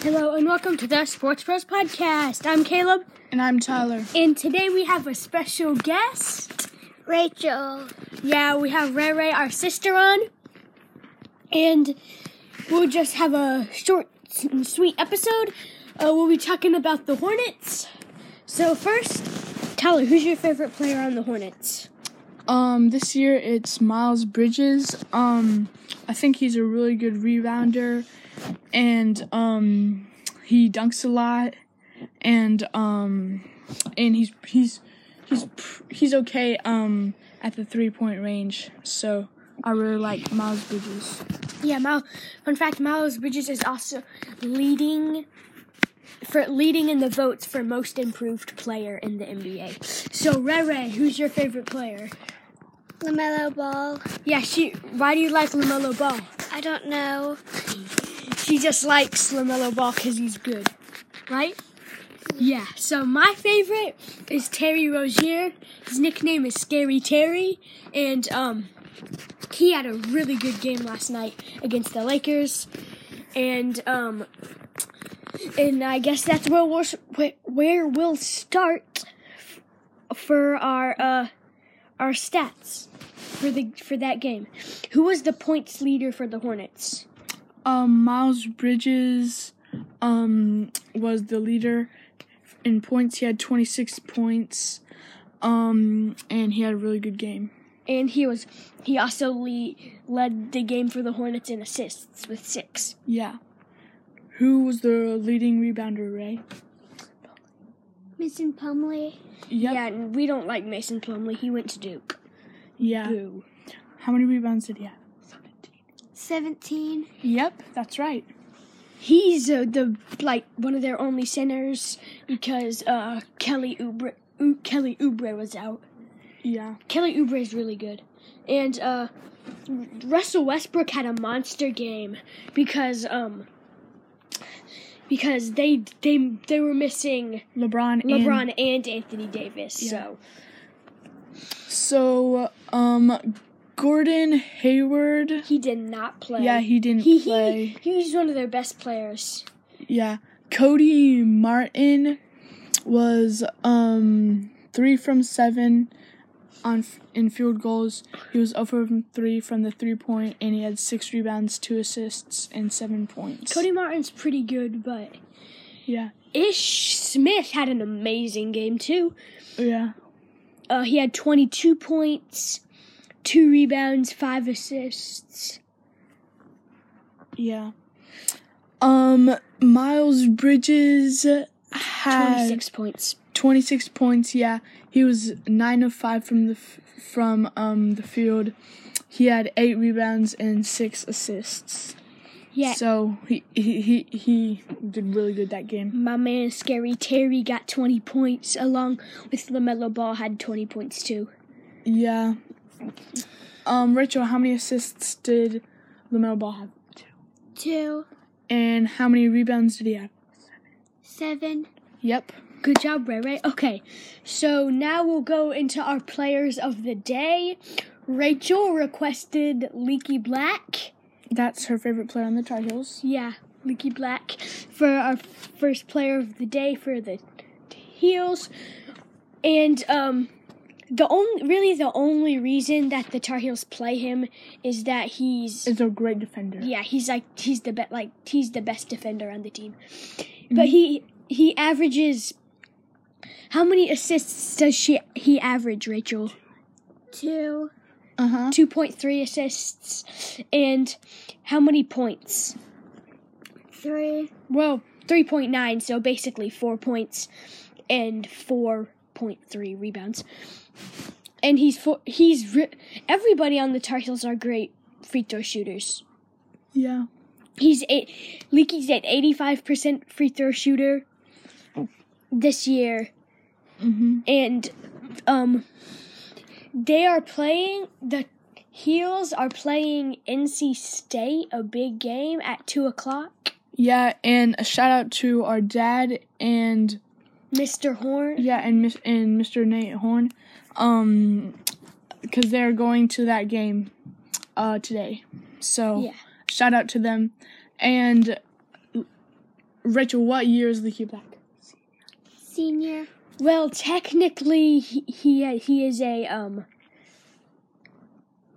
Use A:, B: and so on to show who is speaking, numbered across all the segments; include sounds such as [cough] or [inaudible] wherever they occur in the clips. A: Hello and welcome to the Sports Bros Podcast. I'm Caleb,
B: And I'm Tyler.
A: and today we have a special guest.
C: Rachel.
A: Yeah, we have Ray Ray, our sister, on, and we'll just have a short and sweet episode. Uh, we'll be talking about the Hornets. So first, Tyler, who's your favorite player on the Hornets?
B: Um, this year it's Miles Bridges. Um, I think he's a really good rebounder, and um, he dunks a lot, and um, and he's he's he's pr- he's okay um at the three point range. So I really like Miles Bridges.
A: Yeah, Mal. Fun fact: Miles Bridges is also leading for leading in the votes for most improved player in the NBA. So, Rere, who's your favorite player?
C: LaMelo Ball.
A: Yeah, she. Why do you like Lamelo Ball?
C: I don't know.
A: She just likes Lamelo Ball because he's good, right? Yeah. So my favorite is Terry Rozier. His nickname is Scary Terry, and um, he had a really good game last night against the Lakers, and um, and I guess that's where we'll wh- where we'll start for our uh our stats for the for that game. Who was the points leader for the Hornets?
B: Um, Miles Bridges um was the leader in points. He had 26 points. Um, and he had a really good game.
A: and he was he also le- led the game for the Hornets in assists with six.
B: Yeah. Who was the leading rebounder, Ray?
C: Mason Plumley.
B: Yep.
A: Yeah, and we don't like Mason Plumlee. He went to Duke.
B: Yeah.
A: Boo.
B: How many rebounds did he have?
C: 17.
B: Yep, that's right.
A: He's uh, the like one of their only centers because uh, Kelly Oubre U- Kelly Oubre was out.
B: Yeah.
A: Kelly Oubre is really good, and uh, Russell Westbrook had a monster game because um because they they they were missing
B: LeBron. And,
A: LeBron and Anthony Davis.
B: Yeah.
A: So
B: so, um, Gordon Hayward.
A: he did not play.
B: Yeah, he didn't
A: he,
B: play.
A: he he was one of their best players.
B: Yeah. Cody Martin was um three from seven on f- in field goals. He was over from three from the three point, and he had six rebounds, two assists, and seven points.
A: Cody Martin's pretty good, but
B: Yeah.
A: Ish Smith had an amazing game too.
B: Yeah.
A: Uh, he had 22 points, two rebounds, five assists.
B: Yeah. Um, Miles Bridges had
A: 26 points.
B: 26 points. Yeah, he was nine of five from the f- from um the field. He had eight rebounds and six assists.
A: Yeah.
B: So he he he, he did really good that game.
A: My man Scary Terry got 20 points, along with LaMelo Ball had 20 points too.
B: Yeah. Um, Rachel, how many assists did Lamelo Ball have?
C: 2.
B: And how many rebounds did he have?
C: 7.
B: Yep.
A: Good job, Ray Ray. Okay, so now we'll go into our players of the day. Rachel requested Leaky Black.
B: That's her favorite player on the Tar Heels.
A: Yeah, Leaky Black for our first player of the day for the Heels. And um the only really the only reason that the Tar Heels play him is that he's
B: Is a great defender.
A: yeah, he's like he's the be- like he's the best defender on the team. But he he averages how many assists does she he average, Rachel?
C: 2.
B: Uh huh.
A: 2.3 assists and how many points?
C: 3.
A: Well, 3.9, so basically 4 points and 4.3 rebounds. And he's four, he's re- everybody on the Tar Heels are great free throw shooters.
B: Yeah.
A: He's eight, Leaky's at 85% free throw shooter this year
B: Mm-hmm.
A: and um they are playing the Heels are playing NC State a big game at 2 o'clock.
B: Yeah, and a shout out to our dad and
A: Mr. Horn.
B: yeah, and Miss and Mr. Nate Horn, um, because they're going to that game, uh, today. So
A: Yeah.
B: shout out to them, and Rachel, what year is Leaky Black?
C: senior,
A: Well, technically, he he, he is a um.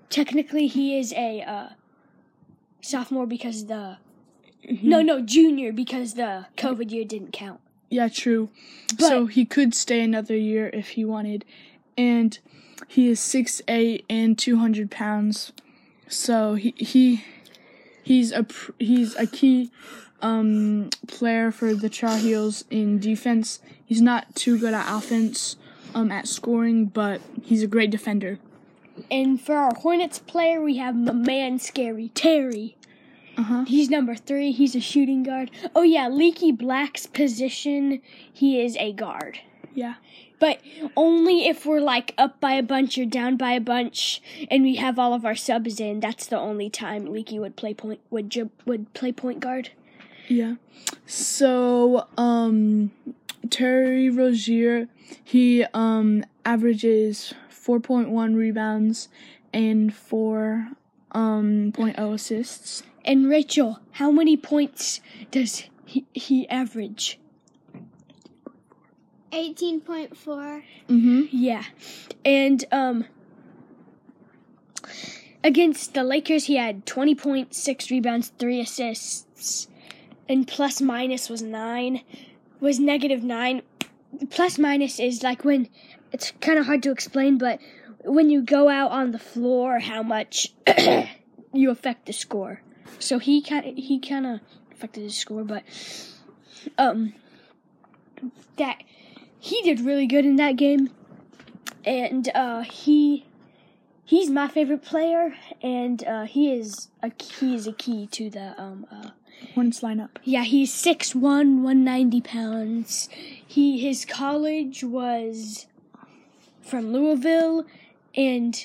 A: Technically, he is a uh, sophomore because the no no junior because the COVID year didn't count.
B: Yeah, true.
A: But-
B: so he could stay another year if he wanted, and he is six eight and two hundred pounds. So he he he's a pr- he's a key um player for the Char Heels in defense. He's not too good at offense um at scoring, but he's a great defender.
A: And for our Hornets player, we have my man Scary Terry.
B: Uh-huh.
A: He's number three. He's a shooting guard. Oh yeah, Leaky Black's position. He is a guard.
B: Yeah.
A: But only if we're like up by a bunch or down by a bunch, and we have all of our subs in. That's the only time Leaky would play point would ju- would play point guard.
B: Yeah. So, um, Terry Rozier, he um averages four point one rebounds and four um point oh assists.
A: And Rachel, how many points does he, he average?
C: 18.4,
B: Mm-hmm.
A: Yeah, and um, against the Lakers, he had twenty point six rebounds, three assists, and plus minus was nine, was negative nine. Plus minus is like when it's kind of hard to explain, but when you go out on the floor, how much [coughs] you affect the score. So he kind he kind of affected his score, but um, that he did really good in that game, and uh, he he's my favorite player, and uh, he is a he is a key to the um. Uh,
B: Hornets lineup.
A: yeah, he's 6'1", 190 pounds. He his college was from Louisville, and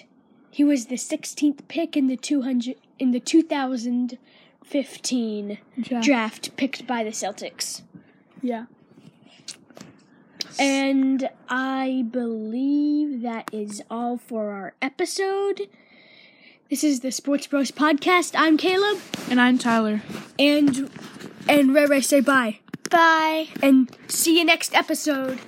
A: he was the 16th pick in the 200 in the 2015
B: Yeah.
A: draft, picked by the Celtics.
B: yeah.
A: And I believe that is all for our episode. This is the Sports Bros podcast. I'm Caleb,
B: And I'm Tyler.
A: and and Ray Ray say bye.
C: bye.
A: and see you next episode.